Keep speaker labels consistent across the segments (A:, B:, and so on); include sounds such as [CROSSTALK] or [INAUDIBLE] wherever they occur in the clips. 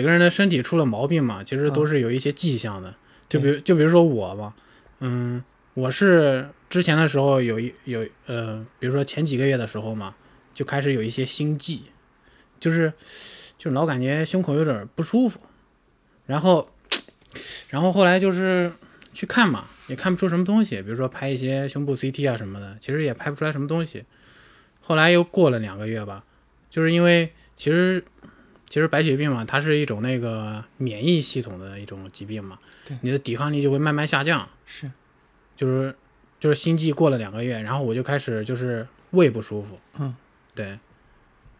A: 每个人的身体出了毛病嘛，其实都是有一些迹象的。就比如就比如说我吧，嗯，我是之前的时候有一有呃，比如说前几个月的时候嘛，就开始有一些心悸，就是就是老感觉胸口有点儿不舒服，然后然后后来就是去看嘛，也看不出什么东西，比如说拍一些胸部 CT 啊什么的，其实也拍不出来什么东西。后来又过了两个月吧，就是因为其实其实白血病嘛，它是一种那个免疫系统的一种疾病嘛
B: 对，
A: 你的抵抗力就会慢慢下降，
B: 是，
A: 就是就是心悸过了两个月，然后我就开始就是胃不舒服，
B: 嗯，
A: 对，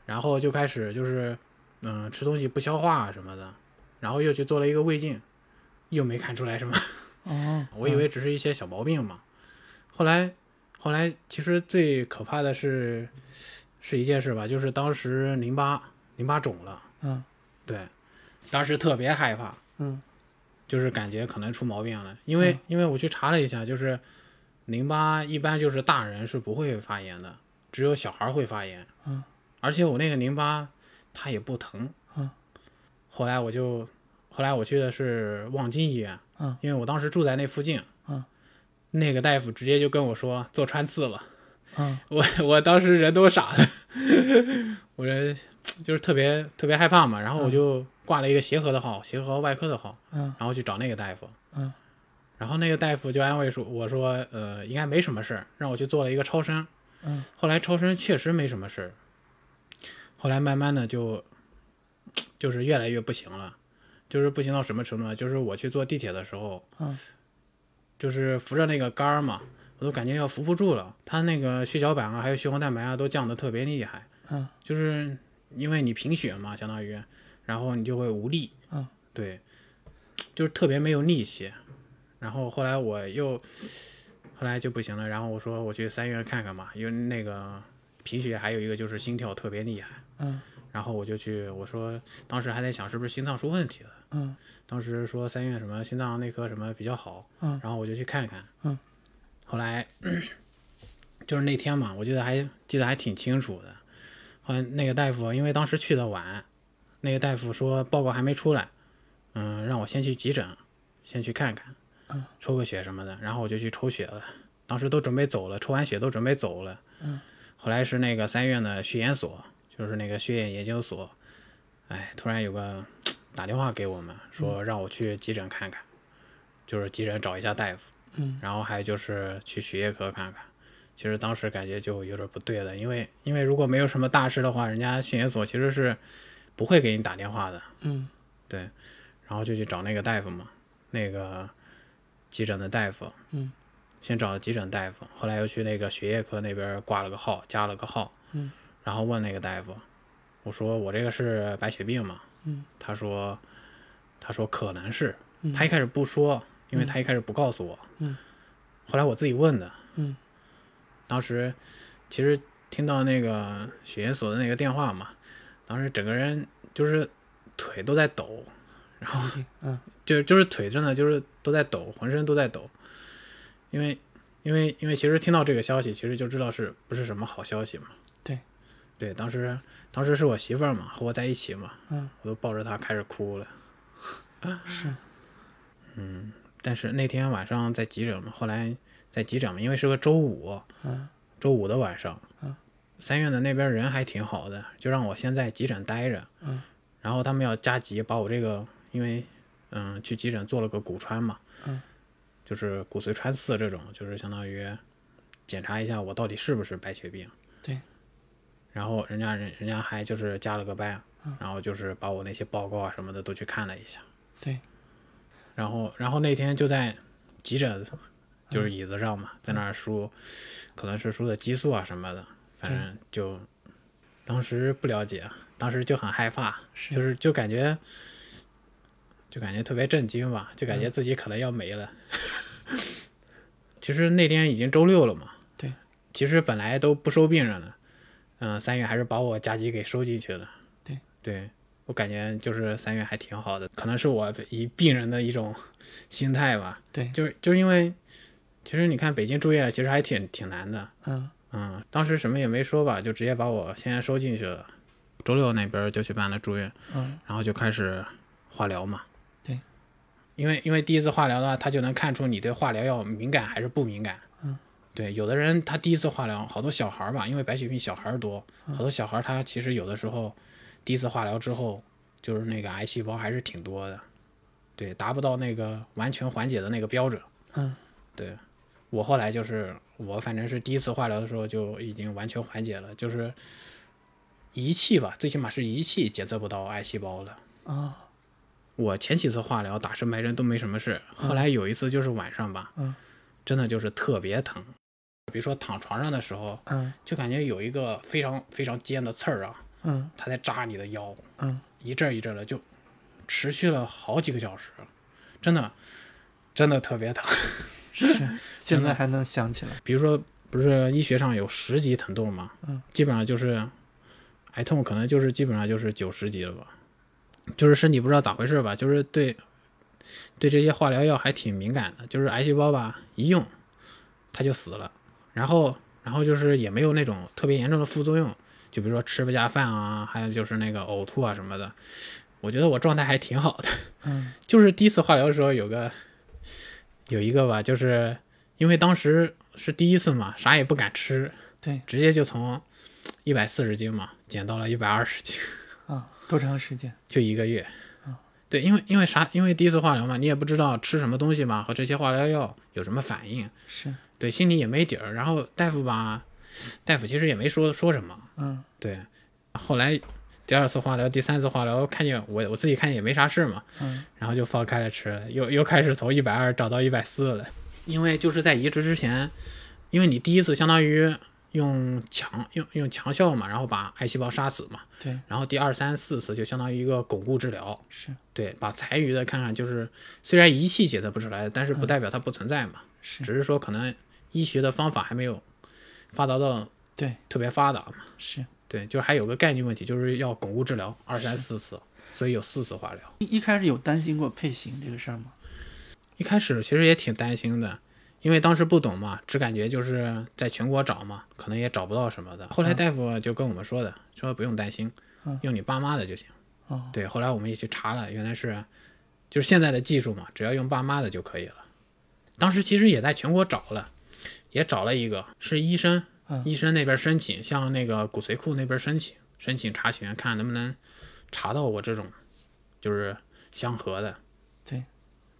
A: 然后就开始就是嗯、吃东西不消化啊什么的，然后又去做了一个胃镜，又没看出来什么，
B: 哦，
A: 我以为只是一些小毛病嘛，后来后来其实最可怕的是是一件事吧，就是当时淋巴淋巴肿了，
B: 嗯
A: 对，当时特别害怕，
B: 嗯
A: 就是感觉可能出毛病了，因为、因为我去查了一下，就是淋巴一般就是大人是不会发炎的，只有小孩儿会发炎。
B: 嗯，
A: 而且我那个淋巴它也不疼。
B: 嗯，
A: 后来我就后来我去的是望京医院。
B: 嗯，
A: 因为我当时住在那附近。
B: 嗯，
A: 那个大夫直接就跟我说做穿刺吧，
B: 嗯
A: 我我当时人都傻了，我人就是特别特别害怕嘛，然后我就挂了一个协和的号，协和外科的号。
B: 嗯
A: 然后去找那个大夫，
B: 嗯，
A: 然后那个大夫就安慰说我说，呃，应该没什么事儿，让我去做了一个超声，
B: 嗯，
A: 后来超声确实没什么事儿，后来慢慢的就就是越来越不行了，就是不行到什么程度呢？就是我去坐地铁的时候，
B: 嗯，
A: 就是扶着那个杆儿嘛，我都感觉要扶不住了，它那个血小板啊，还有血红蛋白啊，都降得特别厉害，
B: 嗯，
A: 就是因为你贫血嘛，相当于，然后你就会无力，
B: 嗯，
A: 对，就是特别没有力气。然后后来我又，后来就不行了。然后我说我去三院看看吧，因为那个贫血还有一个就是心跳特别厉害。
B: 嗯
A: 然后我就去，我说当时还在想是不是心脏出问题了。
B: 嗯
A: 当时说三院什么心脏内科什么比较好，
B: 嗯
A: 然后我就去看看，
B: 嗯，
A: 后来就是那天嘛，我记得还记得还挺清楚的。后来那个大夫因为当时去的晚，那个大夫说报告还没出来，嗯，让我先去急诊，先去看看，
B: 嗯
A: 抽个血什么的，然后我就去抽血了。当时都准备走了，抽完血都准备走了。
B: 嗯
A: 后来是那个三院的血研所，就是那个血液研究所，哎，突然有个打电话给我们，说让我去急诊看看，就是急诊找一下大夫，
B: 嗯，
A: 然后还有就是去血液科看看。其实当时感觉就有点不对了，因为因为如果没有什么大事的话，人家血研所其实是不会给你打电话的，
B: 嗯
A: 对，然后就去找那个大夫嘛，那个急诊的大夫，
B: 嗯，
A: 先找了急诊大夫，后来又去那个血液科那边挂了个号，加了个号，
B: 嗯，
A: 然后问那个大夫，我说我这个是白血病嘛，
B: 嗯，
A: 他说，他说可能是，
B: 嗯
A: 他一开始不说，因为他一开始不告诉我，
B: 嗯，
A: 后来我自己问的，
B: 嗯，
A: 当时其实听到那个血液所的那个电话嘛，当时整个人就是腿都在抖，然后
B: 嗯
A: 就就是腿真的就是都在抖，浑身都在抖，因为因为因为其实听到这个消息，其实就知道是不是什么好消息嘛。
B: 对，
A: 对，当时当时是我媳妇儿嘛，和我在一起嘛，
B: 嗯，
A: 我都抱着她开始哭了。
B: 是，
A: 但是那天晚上在急诊嘛，后来在急诊嘛，因为是个周五，
B: 嗯
A: 周五的晚上，
B: 嗯
A: 三院的那边人还挺好的，就让我先在急诊待着，
B: 嗯
A: 然后他们要加急，把我这个因为嗯去急诊做了个骨穿嘛，
B: 嗯
A: 就是骨髓穿刺这种，就是相当于检查一下我到底是不是白血病，
B: 对，
A: 然后人家人人家还就是加了个班，
B: 嗯
A: 然后就是把我那些报告啊什么的都去看了一下，
B: 对，
A: 然后然后那天就在急诊，就是椅子上嘛，在那儿输，可能是输的激素啊什么的，反正就当时不了解，当时就很害怕，
B: 是
A: 就是就感觉就感觉特别震惊吧，就感
B: 嗯
A: 觉自己可能要没了。 [LAUGHS] 其实那天已经周六了嘛，
B: 对，
A: 其实本来都不收病人了，嗯、三月还是把我加急给收进去了。
B: 对，
A: 对我感觉就是三月还挺好的，可能是我以病人的一种心态吧。
B: 对
A: 就是就是因为，其实你看北京住院其实还挺挺难的，
B: 嗯
A: 嗯，当时什么也没说吧，就直接把我先收进去了。周六那边就去办了住院，
B: 嗯
A: 然后就开始化疗嘛。
B: 对，
A: 因为因为第一次化疗的话，他就能看出你对化疗药敏感还是不敏感。
B: 嗯，
A: 对，有的人他第一次化疗，好多小孩儿吧，因为白血病小孩儿多，
B: 嗯
A: 好多小孩儿他其实有的时候第一次化疗之后，就是那个癌细胞还是挺多的，对，达不到那个完全缓解的那个标准。
B: 嗯，
A: 对。我后来就是我反正是第一次化疗的时候就已经完全缓解了，就是仪器吧，最起码是仪器检测不到癌细胞了。
B: 啊
A: 我前几次化疗打深白针都没什么事，后来有一次就是晚上吧，
B: 嗯
A: 真的就是特别疼，比如说躺床上的时候，
B: 嗯
A: 就感觉有一个非常非常尖的刺儿啊，
B: 嗯
A: 它在扎你的腰，
B: 嗯，
A: 一阵儿一阵儿的，就持续了好几个小时，真的真的特别疼。
B: 是，现
A: 真的
B: 在还能想起来。
A: 比如说，不是医学上有十级疼痛嘛，
B: 嗯
A: 基本上就是癌痛，可能就是基本上就是九十级了吧，就是身体不知道咋回事吧，就是对对这些化疗药还挺敏感的，就是癌细胞吧一用它就死了，然后然后就是也没有那种特别严重的副作用，就比如说吃不下饭啊，还有就是那个呕吐啊什么的，我觉得我状态还挺好的。
B: 嗯
A: 就是第一次化疗的时候有个有一个吧，就是因为当时是第一次嘛，啥也不敢吃，
B: 对，
A: 直接就从一百四十斤嘛减到了一百二十斤，
B: 啊，多长时间？
A: 就一个月。对，因为因为啥？因为第一次化疗嘛，你也不知道吃什么东西嘛，和这些化疗药有什么反应，
B: 是，
A: 对，心里也没底儿。然后大夫吧，大夫其实也没说说什么，
B: 嗯
A: 对，后来第二次化疗、第三次化疗，看见我我自己看见也没啥事嘛，
B: 嗯
A: 然后就放开了吃了，又又开始从一百二涨到一百四了。因为就是在移植之前，因为你第一次相当于用强用用强效嘛，然后把癌细胞杀死嘛，
B: 对，
A: 然后第二三四次就相当于一个巩固治疗，
B: 是
A: 对，把残余的看看，就是虽然仪器检测不出来，但是不代表它不存在嘛，
B: 是
A: 只是说可能医学的方法还没有发达到
B: 对
A: 特别发达嘛。
B: 是。
A: 对，就是还有个概念问题，就是要巩固治疗二三四次，所以有四次化疗。
B: 一一开始有担心过配型这个事儿吗？
A: 一开始其实也挺担心的，因为当时不懂嘛，只感觉就是在全国找嘛，可能也找不到什么的。后来大夫就跟我们说的，说不用担心
B: 嗯，
A: 用你爸妈的就行。
B: 哦，
A: 对，后来我们也去查了，原来是就是现在的技术嘛，只要用爸妈的就可以了。当时其实也在全国找了，也找了一个是医生，
B: 嗯
A: 医生那边申请，向那个骨髓库那边申请，申请查询，看能不能查到我这种就是相合的。
B: 对，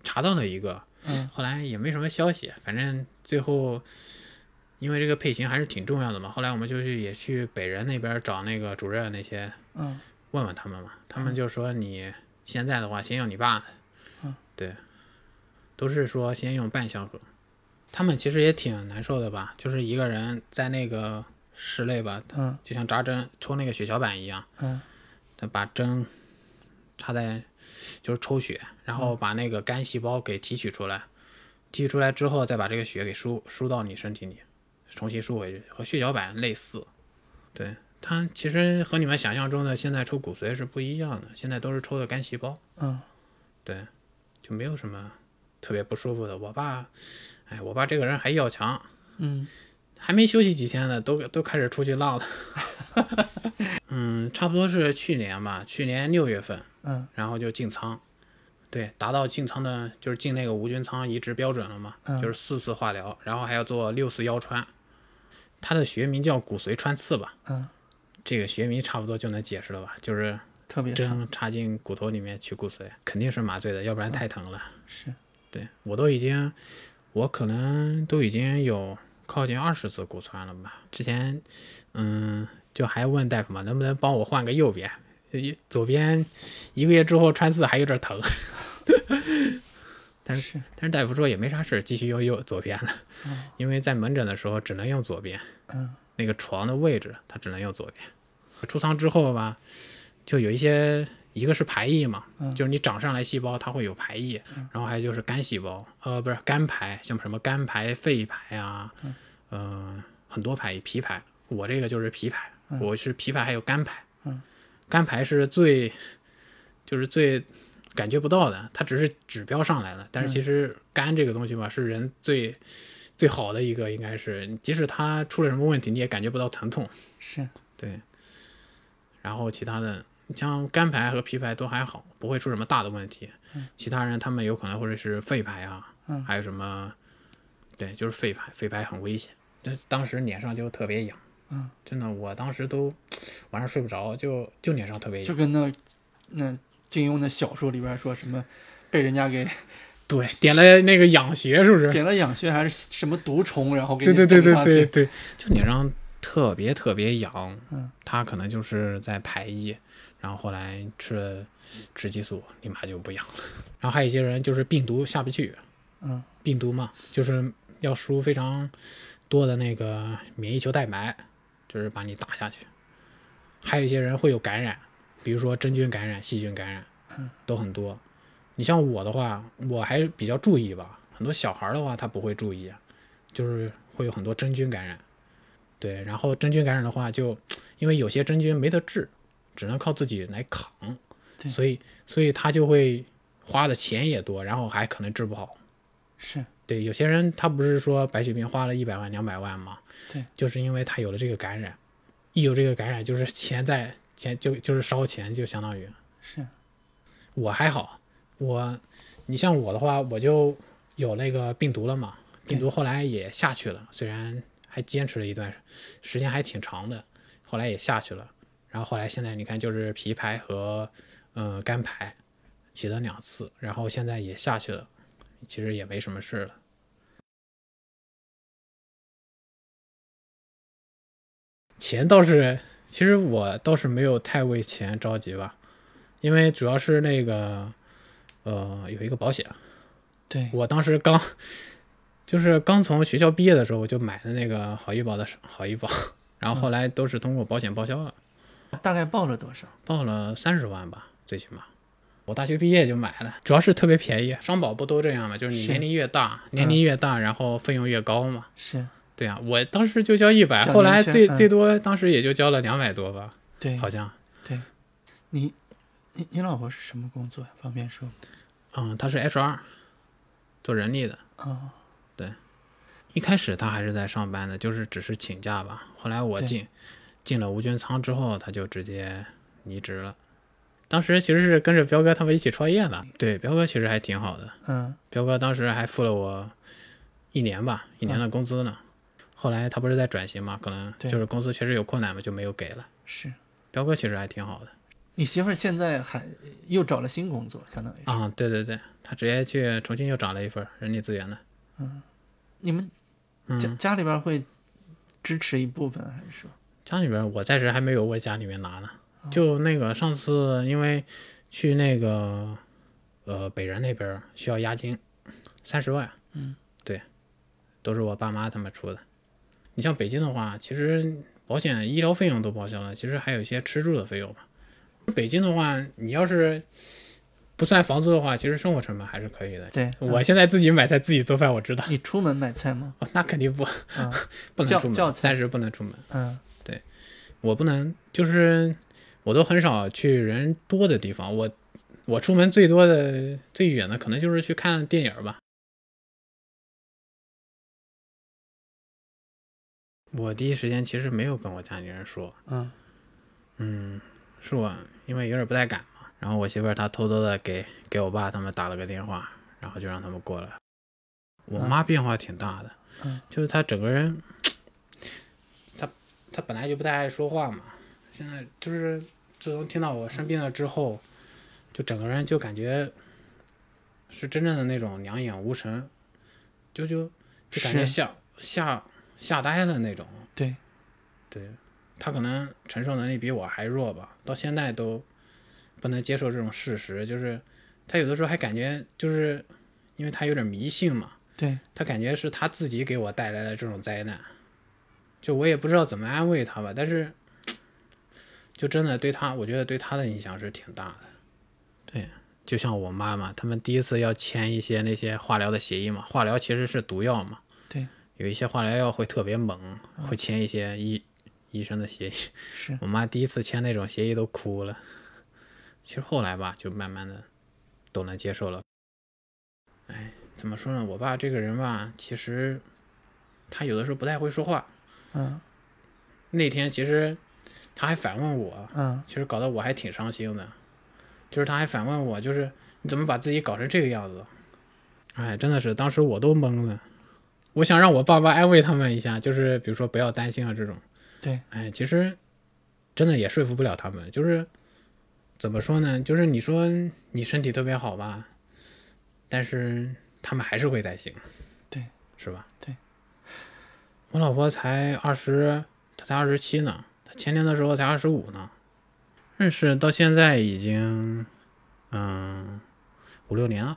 A: 查到了一个，
B: 嗯
A: 后来也没什么消息，反正最后。因为这个配型还是挺重要的嘛，后来我们就去也去北人那边找那个主任那些
B: 嗯
A: 问问他们嘛，他们就说你现在的话先用你爸的，
B: 嗯
A: 对，都是说先用半相合。他们其实也挺难受的吧，就是一个人在那个室内吧，
B: 嗯
A: 就像扎针抽那个血小板一样，
B: 嗯
A: 他把针插在就是抽血，然
B: 嗯
A: 后把那个干细胞给提取出来，提取出来之后再把这个血给输输到你身体里，重新输回去，和血小板类似。对，它其实和你们想象中的现在抽骨髓是不一样的，现在都是抽的干细胞，
B: 嗯，
A: 对，就没有什么特别不舒服的。我爸，哎，我爸这个人还要强，
B: 嗯
A: 还没休息几天呢，都都开始出去浪了。 [LAUGHS] 嗯，差不多是去年吧，去年六月份，
B: 嗯，
A: 然后就进仓，对，达到进仓的，就是进那个无菌仓移植标准了嘛，
B: 嗯
A: 就是四次化疗，然后还要做六次腰穿，它的学名叫骨髓穿刺吧，
B: 嗯，
A: 这个学名差不多就能解释了吧，就是
B: 特别疼
A: 针插进骨头里面取骨髓，肯定是麻醉的，要不然太疼了。
B: 是
A: 对我都已经，我可能都已经有靠近二十次骨穿了吧。之前，嗯，就还问大夫嘛，能不能帮我换个右边？一左边一个月之后穿刺还有点疼， [LAUGHS] 但
B: 是
A: 但是大夫说也没啥事，继续用右左边了，因为在门诊的时候只能用左边，
B: 嗯
A: 那个床的位置它只能用左边。出舱之后吧，就有一些，一个是排异嘛，
B: 嗯
A: 就是你长上来细胞它会有排异，然后还有就是肝细胞，呃，不是肝排，像什么肝排、肺排啊，嗯、很多排异，脾排，我这个就是脾排，我是脾排还有肝排，
B: 嗯
A: 肝排是最，就是最感觉不到的，它只是指标上来了，但是
B: 嗯
A: 其实肝这个东西吧，是人最最好的一个，应该是即使它出了什么问题，你也感觉不到疼痛。
B: 是
A: 对，然后其他的你像肝排和脾排都还好，不会出什么大的问题。其他人他们有可能会是肺排啊，
B: 嗯
A: 还有什么，对，就是肺排，肺排很危险。但是当时脸上就特别痒，
B: 嗯，
A: 真的，我当时都晚上睡不着，就就脸上特别
B: 就
A: 痒。
B: 跟那那金庸的小说里边说什么被人家给
A: 对，点了那个养穴是不是？
B: 点了养穴还是什么毒虫，然后给
A: 对对对
B: 你
A: 对
B: 化
A: 对
B: 去， [LAUGHS]
A: 对，就脸上特别特别痒，
B: 嗯，
A: 他可能就是在排异，然后后来吃了雌激素，立马就不痒了。然后还有一些人就是病毒下不去，
B: 嗯，
A: 病毒嘛，就是要输非常多的那个免疫球蛋白，就是把你打下去。还有一些人会有感染，比如说真菌感染、细菌感染，都很多。你像我的话，我还比较注意吧。很多小孩儿的话，他不会注意，就是会有很多真菌感染。对，然后真菌感染的话就，因为有些真菌没得治，只能靠自己来扛，
B: 对
A: 所以所以他就会花的钱也多，然后还可能治不好。
B: 是
A: 对，有些人他不是说白血病花了一百万、两百万吗？
B: 对，
A: 就是因为他有了这个感染，一有这个感染，就是钱在钱就就是烧钱，就相当于
B: 是，
A: 我还好，我你像我的话，我就有那个病毒了嘛，病毒后来也下去了，虽然还坚持了一段时间，还挺长的，后来也下去了。然后后来现在你看，就是皮排和呃肝排起了两次，然后现在也下去了，其实也没什么事了。钱倒是，其实我倒是没有太为钱着急吧，因为主要是那个，呃，有一个保险，
B: 对，
A: 我当时刚，就是刚从学校毕业的时候，我就买的那个好医保的好医保，然
B: 嗯
A: 后后来都是通过保险报销了，
B: 大概报了多少？
A: 报了三十万吧，最起码。我大学毕业就买了，主要是特别便宜。商保不都这样吗？就是你
B: 是嗯
A: 年龄越大，年龄越大，然后费用越高嘛。
B: 是
A: 对啊，我当时就交一百，
B: 小
A: 后来
B: 年轻
A: 最
B: 嗯
A: 最多当时也就交了两百多吧，
B: 对，
A: 好像。
B: 你你你老婆是什么工作呀？方便说吗？
A: 嗯，他是 HR，做人力的。
B: 啊，
A: 一开始他还是在上班的，就是只是请假吧。后来我
B: 对
A: 进进了无菌仓之后，他就直接离职了。当时其实是跟着彪哥他们一起创业的，对，彪哥其实还挺好的。
B: 嗯，
A: 彪哥当时还付了我一年吧，一年的工资呢。后来他不是在转型嘛，可能
B: 嗯对
A: 就是公司确实有困难嘛，就没有给了。
B: 是
A: 彪哥其实还挺好的
B: 你媳妇儿现在还又找了新工作，相当于是
A: 啊、对对对，他直接去重新又找了一份人力资源的。
B: 你们家、
A: 嗯，
B: 家里边会支持一部分，还是说
A: 家里边我暂时还没有往家里面拿呢。就那个上次因为去那个呃北人那边儿需要押金三十万，嗯，对，都是我爸妈他们出的。你像北京的话，其实保险、医疗费用都报销了，其实还有一些吃住的费用吧。北京的话，你要是不算房租的话，其实生活成本还是可以的。
B: 对？嗯
A: 我现在自己买菜自己做饭，我知道，
B: 你出门买菜吗？
A: 哦、那肯定不、
B: 嗯
A: 不能
B: 叫
A: 出
B: 叫
A: 门，
B: 菜
A: 暂时不能出门。
B: 嗯，
A: [LAUGHS] 我不能，就是我都很少去人多的地方。我我出门最多的、最远的，可能就是去看电影儿吧。我第一时间其实没有跟我家里人说，
B: 嗯，
A: 嗯，是我因为有点不太敢嘛。然后我媳妇儿她偷偷的给给我爸他们打了个电话，然后就让他们过来。我
B: 嗯
A: 妈变化挺大的，
B: 嗯
A: 就是她整个人，她她本来就不太爱说话嘛，现在就是自从听到我生病了之后，就整个人就感觉是真正的那种两眼无神，就就就感觉
B: 是
A: 吓吓吓呆了那种。
B: 对，
A: 对，他可能承受能力比我还弱吧，到现在都不能接受这种事实，就是他有的时候还感觉就是因为他有点迷信嘛，
B: 对，
A: 他感觉是他自己给我带来的这种灾难，就我也不知道怎么安慰他吧，但是就真的对他，我觉得对他的影响是挺大的。对，就像我妈妈，他们第一次要签一些那些化疗的协议嘛，化疗其实是毒药嘛，
B: 对，
A: 有一些化疗药会特别猛，会签一些医、医生的协议。
B: 是
A: 我妈第一次签那种协议都哭了。其实后来吧，就慢慢的都能接受了。哎，怎么说呢？我爸这个人吧，其实他有的时候不太会说话。
B: 嗯，
A: 那天其实他还反问我，
B: 嗯
A: 其实搞得我还挺伤心的，就是他还反问我，就是你怎么把自己搞成这个样子？哎，真的是，当时我都懵了。我想让我爸妈安慰他们一下，就是比如说不要担心啊这种。
B: 对，
A: 哎，其实真的也说服不了他们，就是怎么说呢？就是你说你身体特别好吧，但是他们还是会担心，
B: 对，
A: 是吧？
B: 对。
A: 我老婆才二十，她才二十七呢，她前年的时候才二十五呢，认识到现在已经嗯五六年了，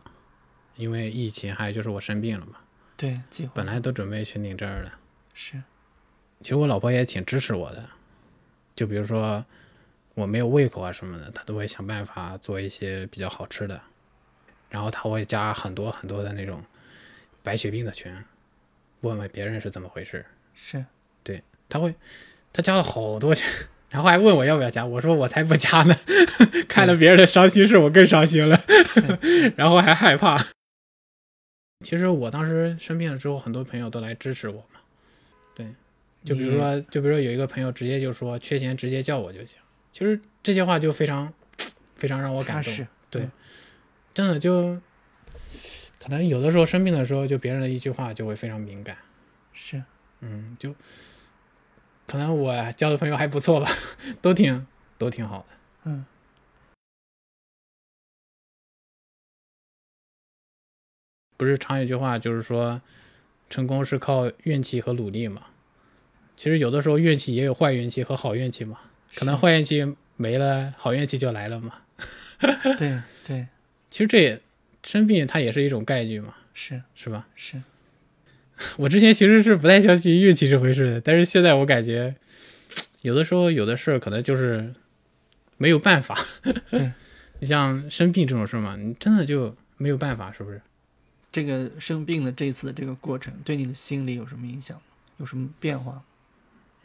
A: 因为疫情还有就是我生病了嘛，
B: 对，结
A: 本
B: 婚
A: 来都准备去领证了。
B: 是
A: 其实我老婆也挺支持我的，就比如说我没有胃口啊什么的，她都会想办法做一些比较好吃的，然后她会加很多很多的那种白血病的群，问问别人是怎么回事。
B: 是，
A: 她会，她加了好多群，然后还问我要不要加，我说我才不加呢， [LAUGHS] 看了别人的伤心事，我更伤心了， [LAUGHS] 然后还害怕。其实我当时生病了之后，很多朋友都来支持我嘛，对，就
B: 嗯
A: 比如说，就比如说有一个朋友直接就说缺钱直接叫我就行。其实这些话就非常非常让我
B: 我
A: 感动，
B: 是
A: 真的就可能有的时候生病的时候，就别人的一句话就会非常敏感，
B: 是
A: 嗯，就可能我交的朋友还不错吧，都挺都挺好的。
B: 嗯
A: 不是常有句话就是说，成功是靠运气和努力嘛。其实有的时候运气也有坏运气和好运气嘛，可能
B: 是
A: 坏运气没了，好运气就来了嘛。
B: 对对
A: 其实这也生病它也是一种概率嘛，
B: 是
A: 是吧？
B: 是
A: 我之前其实是不太相信运气这回事的，但是现在我感觉，有的时候有的事儿可能就是没有办法。
B: [LAUGHS] 对，
A: 你像生病这种事儿嘛，你真的就没有办法，是不是？
B: 这个生病的这次的这个过程，对你的心理有什么影响吗？有什么变化吗？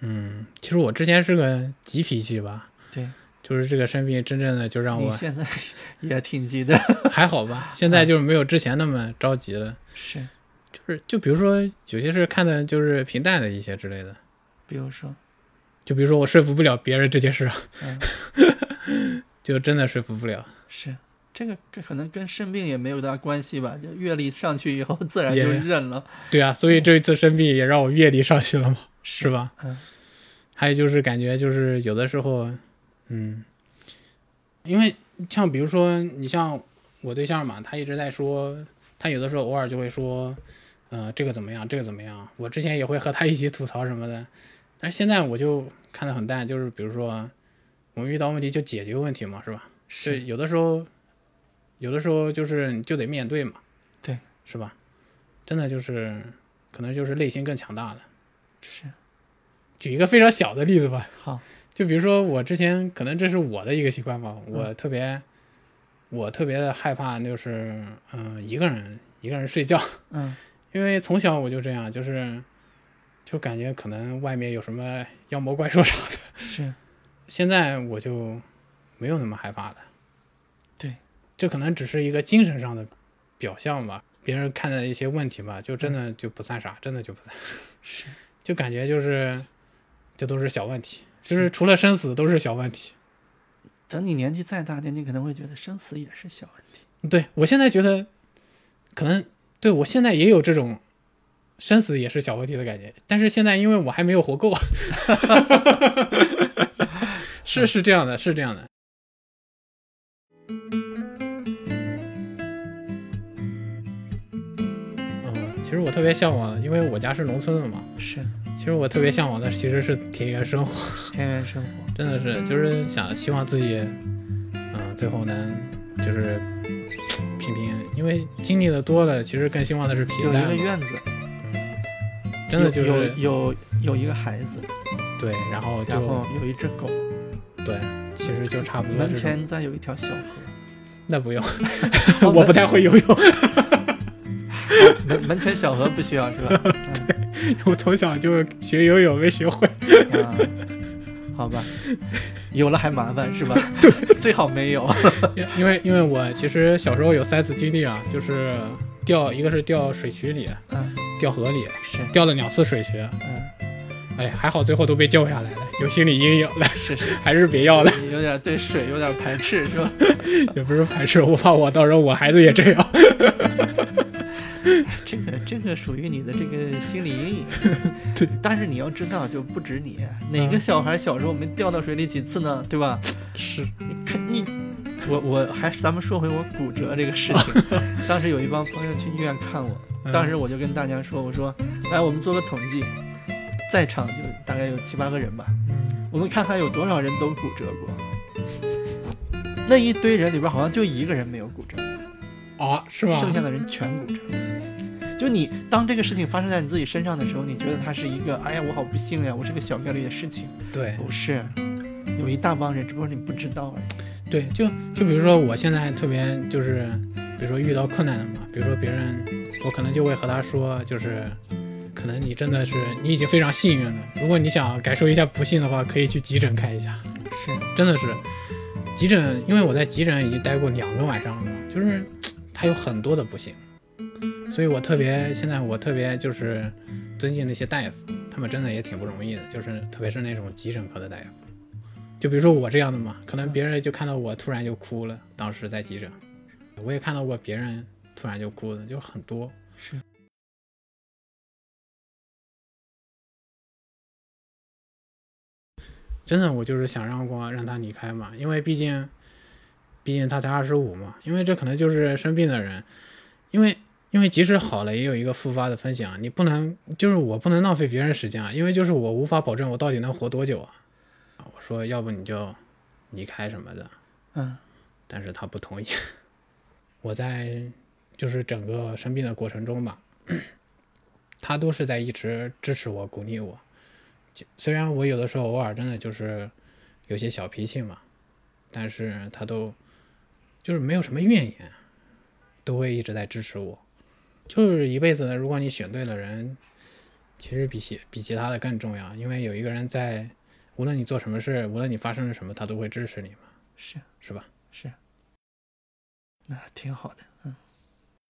A: 嗯，其实我之前是个急脾气吧，
B: 对
A: 就是这个生病真正的就让
B: 你啊
A: 我
B: 现在也挺急的，
A: 还好吧，现在就是没有之前那么着急了。
B: 是，
A: [LAUGHS] 就是就比如说有些事看的就是平淡的一些之类的，
B: 比如说，
A: 就比如说我说服不了别人这件事，啊，
B: 嗯，
A: [LAUGHS] 就真的说服不了，
B: 是这个跟可能跟生病也没有大关系吧，就阅历上去以后自然
A: 也
B: 就认了，
A: 对啊，所以这一次生病也让我阅历上去了嘛，是
B: 是？
A: 吧？
B: 嗯，
A: 还有就是感觉就是有的时候，嗯，因为像比如说你像我对象嘛，他一直在说，嗯他有的时候偶尔就会说，呃，这个怎么样，这个怎么样。我之前也会和他一起吐槽什么的，但是现在我就看得很淡，就是比如说我们遇到问题就解决问题嘛，是吧？是
B: 是
A: 有的时候，有的时候就是你就得面对嘛，
B: 对，
A: 是吧？真的就是可能就是内心更强大了。
B: 是，
A: 举一个非常小的例子吧，
B: 好，
A: 就比如说我之前可能这是我的一个习惯吧，我特别、我特别的害怕就是嗯、一个人一个人睡觉，
B: 嗯，
A: 因为从小我就这样，就是就感觉可能外面有什么妖魔怪兽啥的，
B: 是
A: 现在我就没有那么害怕了。
B: 对，
A: 这可能只是一个精神上的表象吧，别人看的一些问题吧，就真的就不算啥，真的就不算，
B: 嗯是
A: 就感觉就是这都是小问题，就是除了生死都是小问题。
B: 等你年纪再大点，你可能会觉得生死也是小问题。
A: 对我现在觉得，可能对我现在也有这种生死也是小问题的感觉，但是现在因为我还没有活够，是是这样的，是这样的。嗯，其实我特别向往的，因为我家是农村的嘛。
B: 是
A: 其实我特别向往的其实是田园生活。
B: 田园生活，
A: 真的是，就是想希望自己，嗯、最后能就是平平，因为经历的多了，其实更希望的是平
B: 有一
A: 淡
B: 个
A: 嘛。
B: 院子，
A: 真的就
B: 有
A: 是
B: 有有有一个孩子，
A: 对，然后
B: 然
A: 就
B: 后有一只狗，
A: 对，其实就差不多
B: 门
A: 这种。
B: 前再有一条
A: [LAUGHS]
B: 小河。
A: 那不用， [LAUGHS]
B: 哦
A: 我不太会游泳， [LAUGHS]
B: [LAUGHS] 门门前小河不需要
A: [LAUGHS]
B: 是吧？
A: 我从小就学游泳没学会。 [LAUGHS]
B: 啊，好吧，有了还麻烦是吧？对，最好
A: [LAUGHS]
B: 没有。啊
A: 因因为因为我其实小时候有三次经历啊，就是掉，一个是掉水渠里，
B: 嗯，
A: 掉河里，
B: 是，
A: 掉了两次水渠，
B: 嗯，
A: 哎，还好最后都被救下来了，有心理阴影了，
B: 是是，
A: [LAUGHS] 还是别要了，
B: 有点对水有点排斥是吧？
A: 也不是排斥，我怕我到时候我孩子也这
B: [LAUGHS]
A: 样。
B: 这个这个属于你的这个心理阴影。
A: [LAUGHS] 对，
B: 但是你要知道，就不止你，哪个
A: 嗯
B: 小孩小时候没掉到水里几次呢？对吧？
A: 是，
B: 你看你，我我还是咱们说回我骨折这个
A: [LAUGHS]
B: 事情。当时有一帮朋友去医院看我，
A: 嗯
B: 当时我就跟大家说，我说，来，我们做个统计，在场就大概有七八个人吧，
A: 嗯
B: 我们看看有多少人都骨折过。那一堆人里边好像就一个人没有骨折，
A: 啊，是吧？
B: 剩下的人全骨折。就你当这个事情发生在你自己身上的时候，你觉得它是一个，哎呀，我好不幸呀，我是个小概率的事情，
A: 对
B: 不是，有一大帮人，只不过你不知道而已。
A: 对，就就比如说我现在特别就是，比如说遇到困难的嘛，比如说别人，我可能就会和他说，就是可能你真的是你已经非常幸运了，如果你想感受一下不幸的话，可以去急诊看一下。
B: 是，
A: 真的是，急诊，因为我在急诊已经待过两个晚上了，就是它有很多的不幸，所以我特别现在我特别就是尊敬那些大夫，他们真的也挺不容易的，就是特别是那种急诊科的大夫，就比如说我这样的嘛，可能别人就看到我突然就哭了，当时在急诊，我也看到过别人突然就哭的，就是很多，
B: 是
A: 真的，我就是想让光让他离开嘛，因为毕竟，毕竟他才二十五嘛，因为这可能就是生病的人，因为因为即使好了，也有一个复发的风险啊，你不能就是我不能浪费别人时间啊，因为就是我无法保证我到底能活多久啊。啊我说要不你就离开什么的，
B: 嗯，
A: 但是他不同意。 [LAUGHS] 我在就是整个生病的过程中吧， [CLEARS THROAT] 他都是在一直支持我、鼓励我。就虽然我有的时候偶尔真的就是有些小脾气嘛，但是他都就是没有什么怨言，都会一直在支持我。就是一辈子，如果你选对了人，其实比其比其他的更重要，因为有一个人在，无论你做什么事，无论你发生了什么，他都会支持你嘛，
B: 是
A: 是吧？
B: 是，那挺好的。嗯，